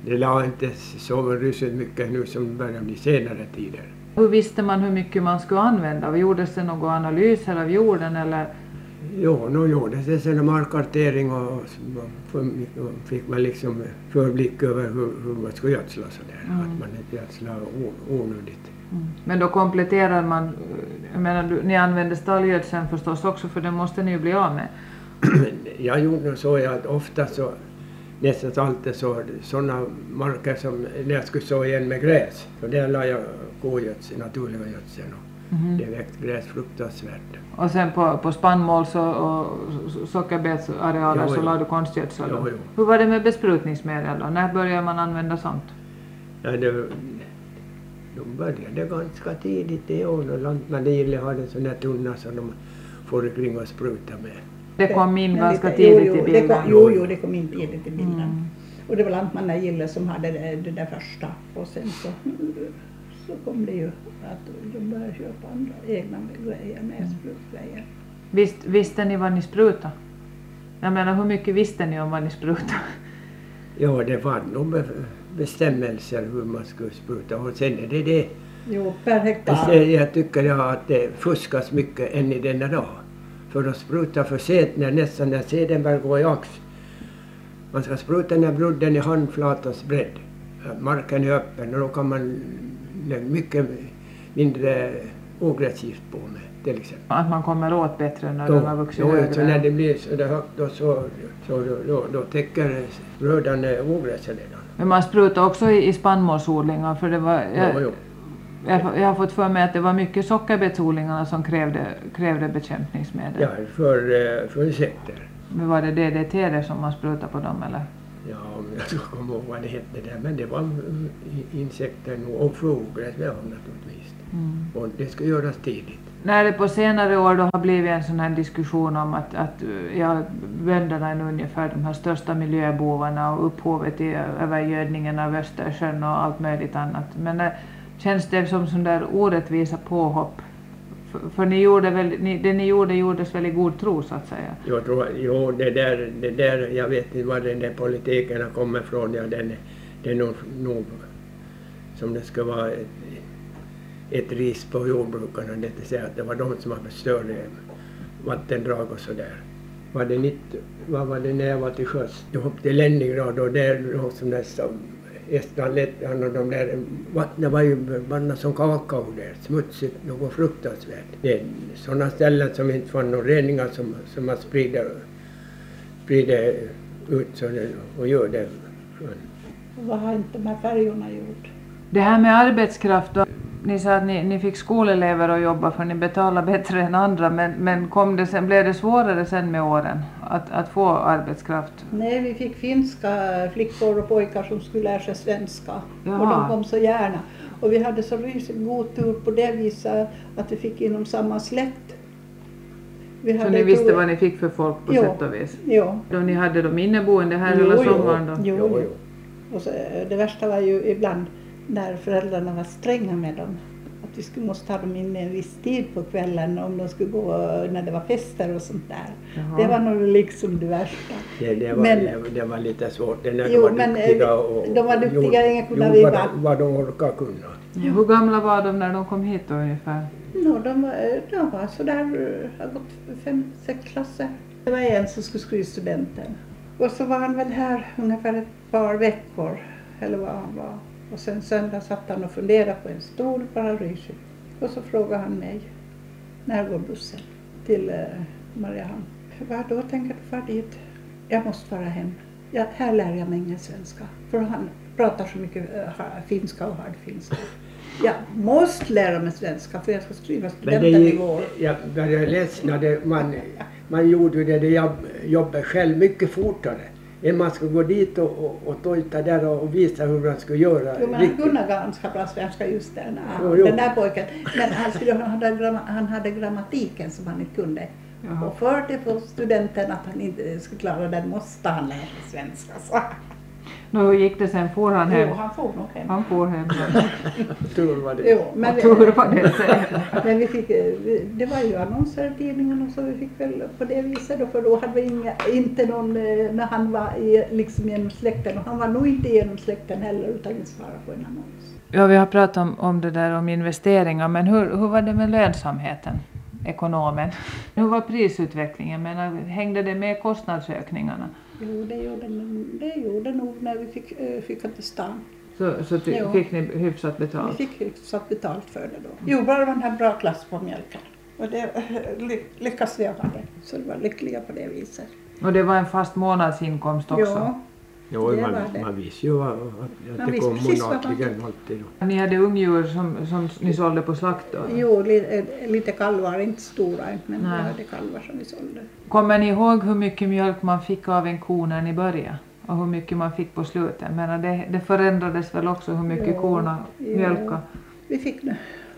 Det la inte så rysligt mycket nu som det börjar bli senare tider. Hur visste man hur mycket man skulle använda? Och Gjordes det några analyser av jorden eller? Jo, nu gjordes det sen markkartering och och så man får- och fick man liksom förblick över hur, hur man skulle gödsla och sådär. Mm. Att man inte gödslar o- onödigt. Men då kompletterar man, eh, jag menar du- ni använde stallgödseln förstås också för den måste ni ju bli av med. jag gjorde nog så att ofta så, nästan alltid så, sådana marker som när jag skulle så igen med gräs, så där la jag kogödsel, naturliga gödseln. och Mhm. Det växte gräs fruktansvärt. Och sen på, på spannmåls och, och so- sockerbetsarealer Jo, så jo. la du konstgödsel. då. Jo, jo. Hur var det med besprutningsmedel då? När började man använda sånt? Ja, det, de började ganska tidigt i år och lantmarinle hade sådana tunna som de for kring och sprutade med. Det kom in Men ganska lite- jo, tidigt jo, i det kom- bilden. Jo, jo, det kom in tidigt i bilden. Mm. Och det var Lantmannagille som hade det, det där första. Och sen så, så kom det ju att de började köpa andra egna grejer, med sprutgrejer. Visst, visste ni vad ni sprutade? Jag menar, hur mycket visste ni om vad ni sprutade? Ja, det var nog be- bestämmelser hur man skulle spruta och sen är det det. Jo, per Jag, hektar. ser- jag tycker jag att det fuskas mycket än i denna dag. För de sprutar för sent när nästan när seden börjar gå i ax. Man ska spruta när brodden är handflatans bredd. Marken är öppen och då kan man lägga mycket mindre ogräsgift på med till exempel. Att man kommer åt bättre när de har vuxit jo, så när högre. det blir så där högt då, så, så då, då, då täcker brödan eh, ogräset redan. Men man sprutade också i, i spannmålsodlingar för det var... Jo, jo. Jag, har- jag har fått för mig att det var mycket sockerbetsodlingarna som krävde, krävde bekämpningsmedel. Ja, för, eh, för insekter. Men var det DDT det som man sprutade på dem eller? Ja, om jag ska komma ihåg vad det hette där. Men det var mm, i- insekter nog, och fåglar ja, naturligtvis. Mm. Och det ska göras tidigt. När det på senare år då har blivit en sån här diskussion om att, att eh, ja, bönderna är nu ungefär de här största miljöbovarna och upphovet till övergödningen av Östersjön och allt möjligt annat. Men eh, känns det som sån där orättvisa påhopp? För, för ni gjorde väl, ni, det ni gjorde gjordes väl i god tro så att säga? Jag tror, jo, det där, det där, jag vet inte var den där politiken har kommit ifrån. Ja, den, är- det är nog, nog som det ska vara ett, ett ris på jordbrukarna. Det vill säga att det var de som har förstört det, vattendrag och sådär. Var det nitt, vad var det när jag var till sjöss? Jag hoppade till Leningrad och där då som där som Estland, Lettland och de där. Vattnet var ju blandat som kakao där. Smutsigt, något fruktansvärt. Det är sådana ställen som inte fann några reningar som, som man sprider, sprider ut så det, och gör det. Vad har inte de här färjorna gjort? Det här med arbetskraft då. Ni sa att ni, ni fick skolelever att jobba för ni betalade bättre än andra men, men kom det sen, blev det svårare sen med åren att, att få arbetskraft? Nej, vi fick finska flickor och pojkar som skulle lära sig svenska. Jaha. Och de kom så gärna. Och vi hade så rysigt god tur på det viset att vi fick inom samma släkt. Vi Så ni visste vad ni fick för folk på Ja. sätt och vis? Ja. Då ni hade dem inneboende här Jo, hela jo. sommaren då? Jo, Jo, jo. Och så, eh, det värsta var ju ibland när föräldrarna var stränga med dem. Att vi skulle, måste ha dem inne en viss tid på kvällen om de skulle gå eh, när det var fester och sånt där. Jaha. Det var nog liksom det värsta. Det, det, var, Men- det, det var lite svårt. Det när Jo, de var men, eh, duktiga och... de var duktiga, ingen kunde gjorde vad riva. de- vad de orkade kunna. Ja. Hur gamla var de när de kom hit då ungefär? Nå, de, var- de var sådär, eh, har gått fem, sex klasser. Det var en som skulle skriva studenten. Och så var han väl här ungefär ett par veckor, eller vad han var. Och sen söndag satt han och funderade på en stol, bara rysigt. Och så frågade han mig, när går bussen till eh, Mariehamn? Vad då tänker du fara dit? Jag måste fara hem. Ja, här lär jag mig ingen svenska. För han pratar så mycket eh, ha- finska och hardfinska. Jag måste lära mig svenska för jag ska skriva Men det gick, studenten i vår. jag började ledsna. Det, man, man gjorde ju det, det jobb, jobbet själv mycket fortare. Än man skulle gå dit och, och, och tojta där och, och visa hur man skulle göra. Jo men han riktigt. kunde ganska bra svenska just den, Jo, jo. den där pojken. Men han, skulle, han, hade, gram- han hade grammatiken som han inte kunde. Jaha. Och för det på studenten att han inte skulle klara den måste han lära sig svenska. Så. Nå, hur gick det sen? For han hem? Jo, han får nog hem. Han for hem. Tur var det. Jo, men, Och tur var det sen. men vi fick, eh, vi- det var ju annonser i tidningen och så vi fick väl på det viset då, för då hade vi inga, inte någon, eh, när han var i, liksom genom släkten, och han var nog inte genom släkten heller utan vi svarade på en annons. Ja, vi har pratat om, om det där om investeringar, men hur, hur var det med lönsamheten? Ekonomen. Hur var prisutvecklingen? Men eh, hängde det med kostnadsökningarna? Jo, det gjorde, den- det gjorde nog när vi fick eh, flytta till stan. Så, så ty, Jo. fick ni hyfsat Vi betalt? fick hyfsat betalt för det då. Jo, bara man hade bra klass på mjölken. Och det eh, ly- lyckas vi ha det. Så vi var lyckliga på det viset. Och det var en fast månadsinkomst också? Ja, Jo, Det man, var det. man visste ju vad- att, att Man det visste kom precis vad man månatligen alltid. Ni hade ungdjur som, som ni sålde på slakt då? jo li- eh, lite kalvar, inte stora inte, men vi Nej. hade kalvar som vi sålde. Kommer ni ihåg hur mycket mjölk man fick av en ko när ni började? Och hur mycket man fick på slutet? Men det, det förändrades väl också hur mycket Ja, korna ja. mjölkade? Vi fick nu.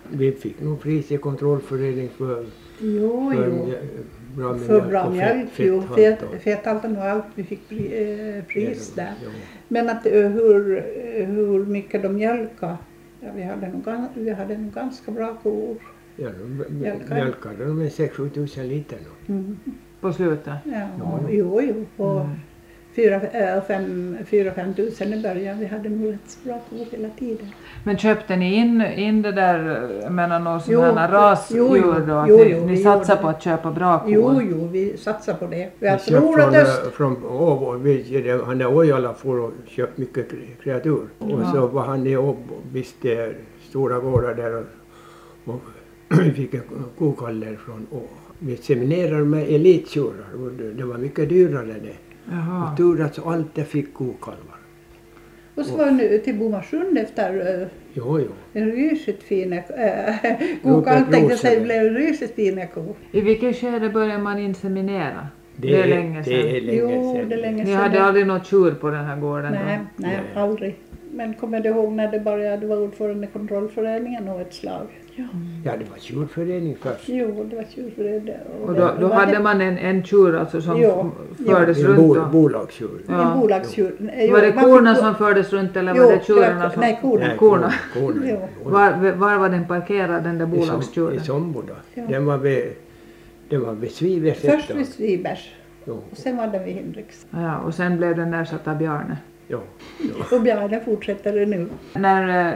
Vi fick nog pris i kontrollförening för, Jo, för jo. mjö- bra mjölk För bra och fett- mjölk, jo. fetthalt och- fet- Fethalten och allt, vi fick pri- eh, pris där. Ja. Men att eh, hur, eh, hur mycket de mjölkade, ja, vi, hade nog, gan- vi hade nog ganska bra kor. Ja, de Mjölkar. mjölkade de med 6-7 tusen liter. Då. Mm. På slutet? Ja, jo, jo. Och fyra, äh, fem, fyra, fem tusen i början. Vi hade nog rätt så bra kor hela tiden. Men köpte ni in, in det där, jag menar någon Jo, sån här jo, rasdjur jo, då? Att jo, ni jo, ni vi satsade gjorde på att köpa bra kor? Jo, jo, vi satsar på det. Vi Vi har köpte förlorat från, öst. eh, från Åbo, vi- det- han där Ojala får och köpt mycket kre- kreatur. Och Ja. så var han i Åbo, visst det är stora gårdar där och, och vi fick en kokalle från Å. Vi seminerade med elittjurar och det, det var mycket dyrare det. Jaha. Och tur att så alltid fick kokalvar. Och så var nu till Bomarsund efter äh, Jo, jo. en rysigt fina äh, Rupert kokar. Tänkte jag säga, Rosenberg. det blev rysigt fina kor. I vilket skede började man inseminera? Det, är länge sedan. Det är länge Jo, sedan. det är länge Ni sedan. hade aldrig något tjur på den här gården? då? Nej, nej, Nej. aldrig. Men kommer du ihåg när det började vara ordförande i kontrollföreningen och ett slag? Ja. Ja, det var tjurförening först. Jo, det var tjurförening. Och då, då hade man en, en tjur alltså som Eh, Ja, f- fördes Det är en runt? bol, Då. bolagstjur. Ja. En bolagstjur. Nej, Var jo, det man fick korna gå- som fördes runt eller Jo, var det det var tjurarna ko- som... nej, korna. Nej, korna. korna. Jo. Var, var var den parkerad den där I Som- bolagstjuren? I Somboda. Ja. Den var vid, den var vid Svivershyttan. Först vid Svibers Jo, och sen var den vid Hinrichs. Ja, och sen blev den ersatt av björne. jo. Och björnen fortsätter det nu. När eh,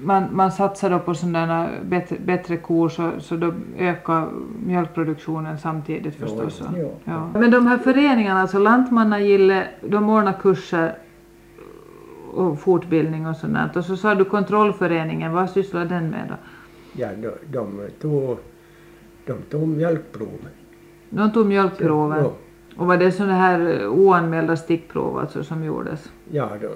man, man satsar då på sådana bättre, bättre kor så, så då ökar mjölkproduktionen samtidigt Jo, förstås. jo. va? Jo. Ja. Men de här föreningarna, alltså Lantmannagille, de ordnar kurser och fortbildning och sånt där. Och så sa du kontrollföreningen, vad sysslar den med då? Ja, de, de, tog, de tog mjölkprov. De tog mjölkprover. Jo. Och var det sådana här eh, oanmälda stickprov alltså som gjordes? Ja, då,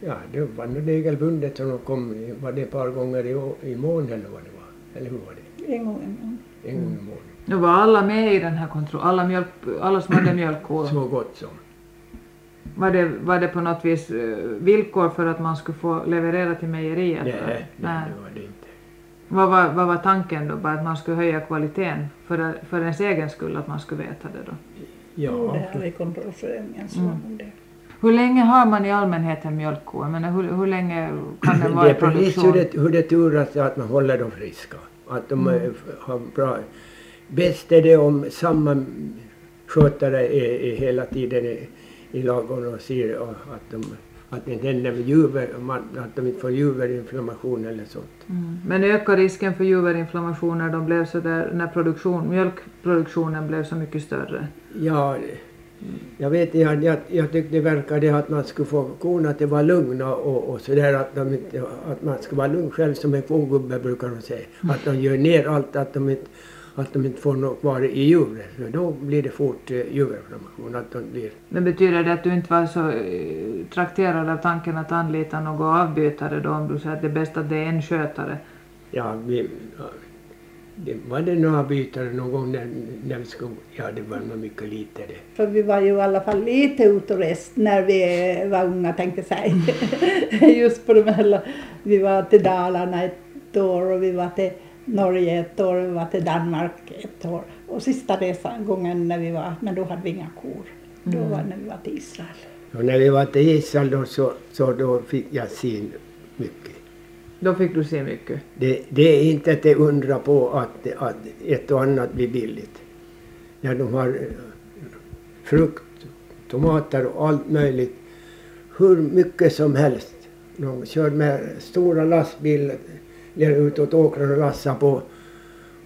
ja, det var nog regelbundet som de kom. Var det ett par gånger i, å- i månaden eller vad det var? Eller hur var det? En gång, en gång. En gång i månaden. Nu var alla med i den här kontrollen, alla, mjölk, alla som hade mjölkkor. Så gott som. Var det, var det på något vis eh, villkor för att man skulle få leverera till mejeriet? Nej, va? nej, Nej. det var det inte. Vad, var, vad var tanken då? Bara att man skulle höja kvaliteten för, för ens egen skull, att man skulle veta det då? Jo, det Ja, här var ju kontrollföreningen som Mm. om det. Hur länge har man i allmänhet en mjölkko? Jag menar, hur, hur länge kan den vara det är i precis produktion? Mm. hur det, hur det turas att man håller dem friska. Att de eh, f- har bra... Bäst är det om samma skötare är, är hela tiden i, i ladugården och ser och att de att det inte händer med juver, man- att de inte får juverinflammation eller sånt. Mm. Men ökar risken för juverinflammation när, de blev så där, när produktion, mjölkproduktionen blev så mycket större? Ja, jag vet jag, jag, jag tyckte det verkade att man skulle få korna att vara lugna och, och sådär att, de inte, att man ska vara lugn själv som en fågubbe brukar de säga. Att de gör ner allt, att de inte, att de inte får något kvar i djuren. För då blir det fort eh, juverinflammation. Att de blir, Men betyder det att du inte var så eh, trakterad av tanken att anlita någon avbytare då om du säger att det är bäst att det är en skötare? ja, vi, ja, det, var det några bytare någon gång när, när vi skulle, ja det var nog mycket lite det. För vi var ju i alla fall lite ute och rest när vi var unga tänkte jag säga. Just på de här, la- vi var till Dalarna ett år och vi var till Norge ett år och vi var till Danmark ett år. Och sista resan gången när vi var, men då hade vi inga kor. Då var det när vi var till Israel. Och när vi var till Israel då så, så då fick jag syn mycket. Då fick du se mycket. Det, det är inte att det undra på att, att ett och annat blir billigt. När de har eh, frukt, tomater och allt möjligt. Hur mycket som helst. De kör med stora lastbilar utåt åkrarna och lassar på,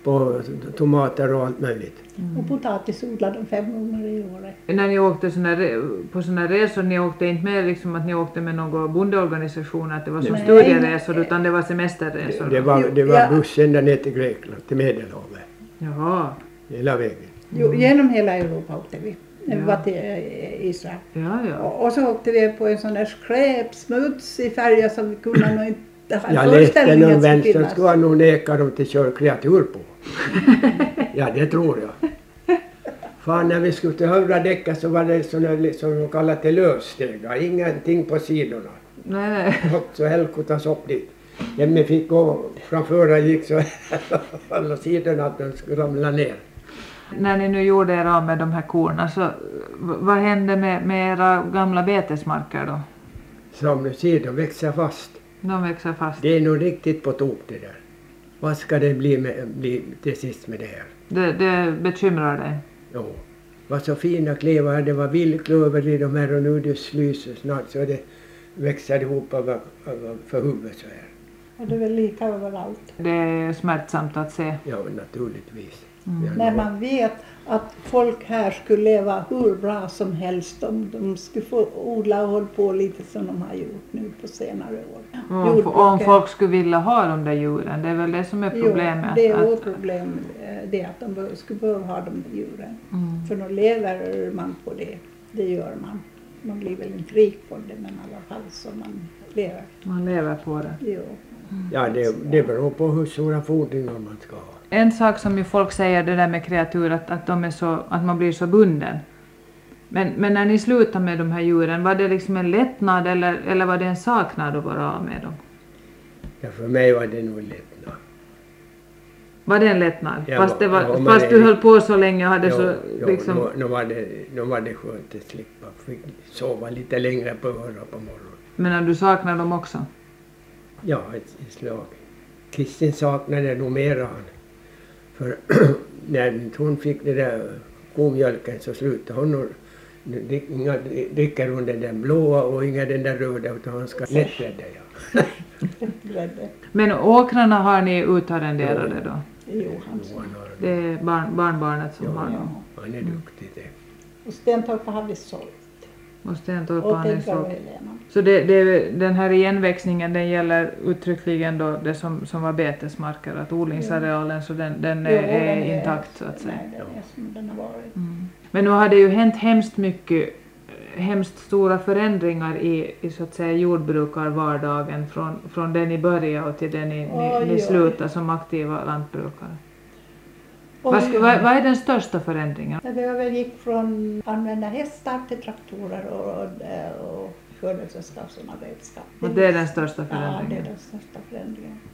på tomater och allt möjligt. Och potatis odlade de fem gånger i året. När ni åkte såna, re- på sådana resor, ni åkte inte med liksom att ni åkte med någon bondeorganisation, att det var som Nej. studieresor utan det var semesterresor? Det var, det Ja. var bussen ända ner till Grekland, till Medelhavet. Jaha, Hela vägen. Jo, genom hela Europa åkte vi när vi Ja. var till eh, Israel. ja ja. Och och så åkte vi på en sån där skräpsmutsig färja som vi kunde nog inte ha en Jag läste föreställning att någon vän skulle som finnas. skulle nog neka dem till körkreatur på. ja, det tror jag. Fan, när vi skulle till Övra Däcka så var det såna, li- som de kallar det lövstegar. Ingenting på sidorna. Nej, nej. Högt så helkotas upp dit. Den vi fick gå framför den gick så alla sidorna att den skulle ramla ner. När ni nu gjorde er av med de här korna, så v- vad hände med, med era gamla betesmarker då? Som du ser, de växer fast. De växer fast. Det är nog riktigt på tok det där. Vad ska det bli, med, bli till sist med det här? Det, det bekymrar dig. Ja. Vad så fina klövar här. Det var vildklöver i de här och nu är det slys och snart så det växer ihop över, över, för huvudet så här. Och det är väl lika överallt. Det är smärtsamt att se. Ja, naturligtvis. Mm. Ja, När man vet att folk här skulle leva hur bra som helst om de skulle få odla och hålla på lite som de har gjort nu på senare år. Om, om folk skulle vilja ha de där djuren, det är väl det som är Jo, problemet. det är att- vårt problem, eh, det att de be- skulle behöva ha de där djuren. Mm. För nu lever man på det, det gör man. Man blir väl inte rik på det, men i alla fall så man lever. Man lever på det. Jo. ja det, det beror på hur stora fordringar man ska ha. En sak som ju folk säger det där med kreatur, att, att, de är så, att man blir så bunden. Men, men när ni slutade med de här djuren, var det liksom en lättnad eller, eller var det en saknad att vara av med dem? Ja, för mig var det nog lättnad. Var det en lättnad? Ja, fast det var, ja, men fast det- du höll på så länge och hade Ja, så ja, liksom... nu, nu, var det, nu var det skönt att slippa. Fick sova lite längre på öra på morgonen. Men när du saknar dem också? Ja, ett, ett slag. Kristin saknade nog mera han. För när inte hon fick den där komjölken så slutade hon och nu drick- inga dricker hon den där blåa och inga den där röda utan hon ska lätträdda. Ja. Grädde. Men åkrarna har ni utarrenderade då? Johansson. Han, har, Det är barn, barnbarnet som Ja, har dem? Ja. han är duktig det. Och Stentorp har vi sålt. Och Stentorp Och har ni Teggar och så. Helena. Så det, det, den här igenväxningen den gäller uttryckligen då det som, som var betesmarker, att odlingsarealen så den, den är, Jo, den är intakt så att säga? Mm. Nej, den är som den har varit. Men nu har det ju hänt hemskt mycket, eh, hemskt stora förändringar i, i så att säga jordbrukarvardagen från, från det ni började och till det ni, ni, Oj, ni oj. slutade som aktiva lantbrukare. Vad, sku- vad, vad är den största förändringen? När vi övergick från använda hästar till traktorer och, och, och skördesällskap som redskap. Och det är den största Ja, det är förändringen. den största förändringen.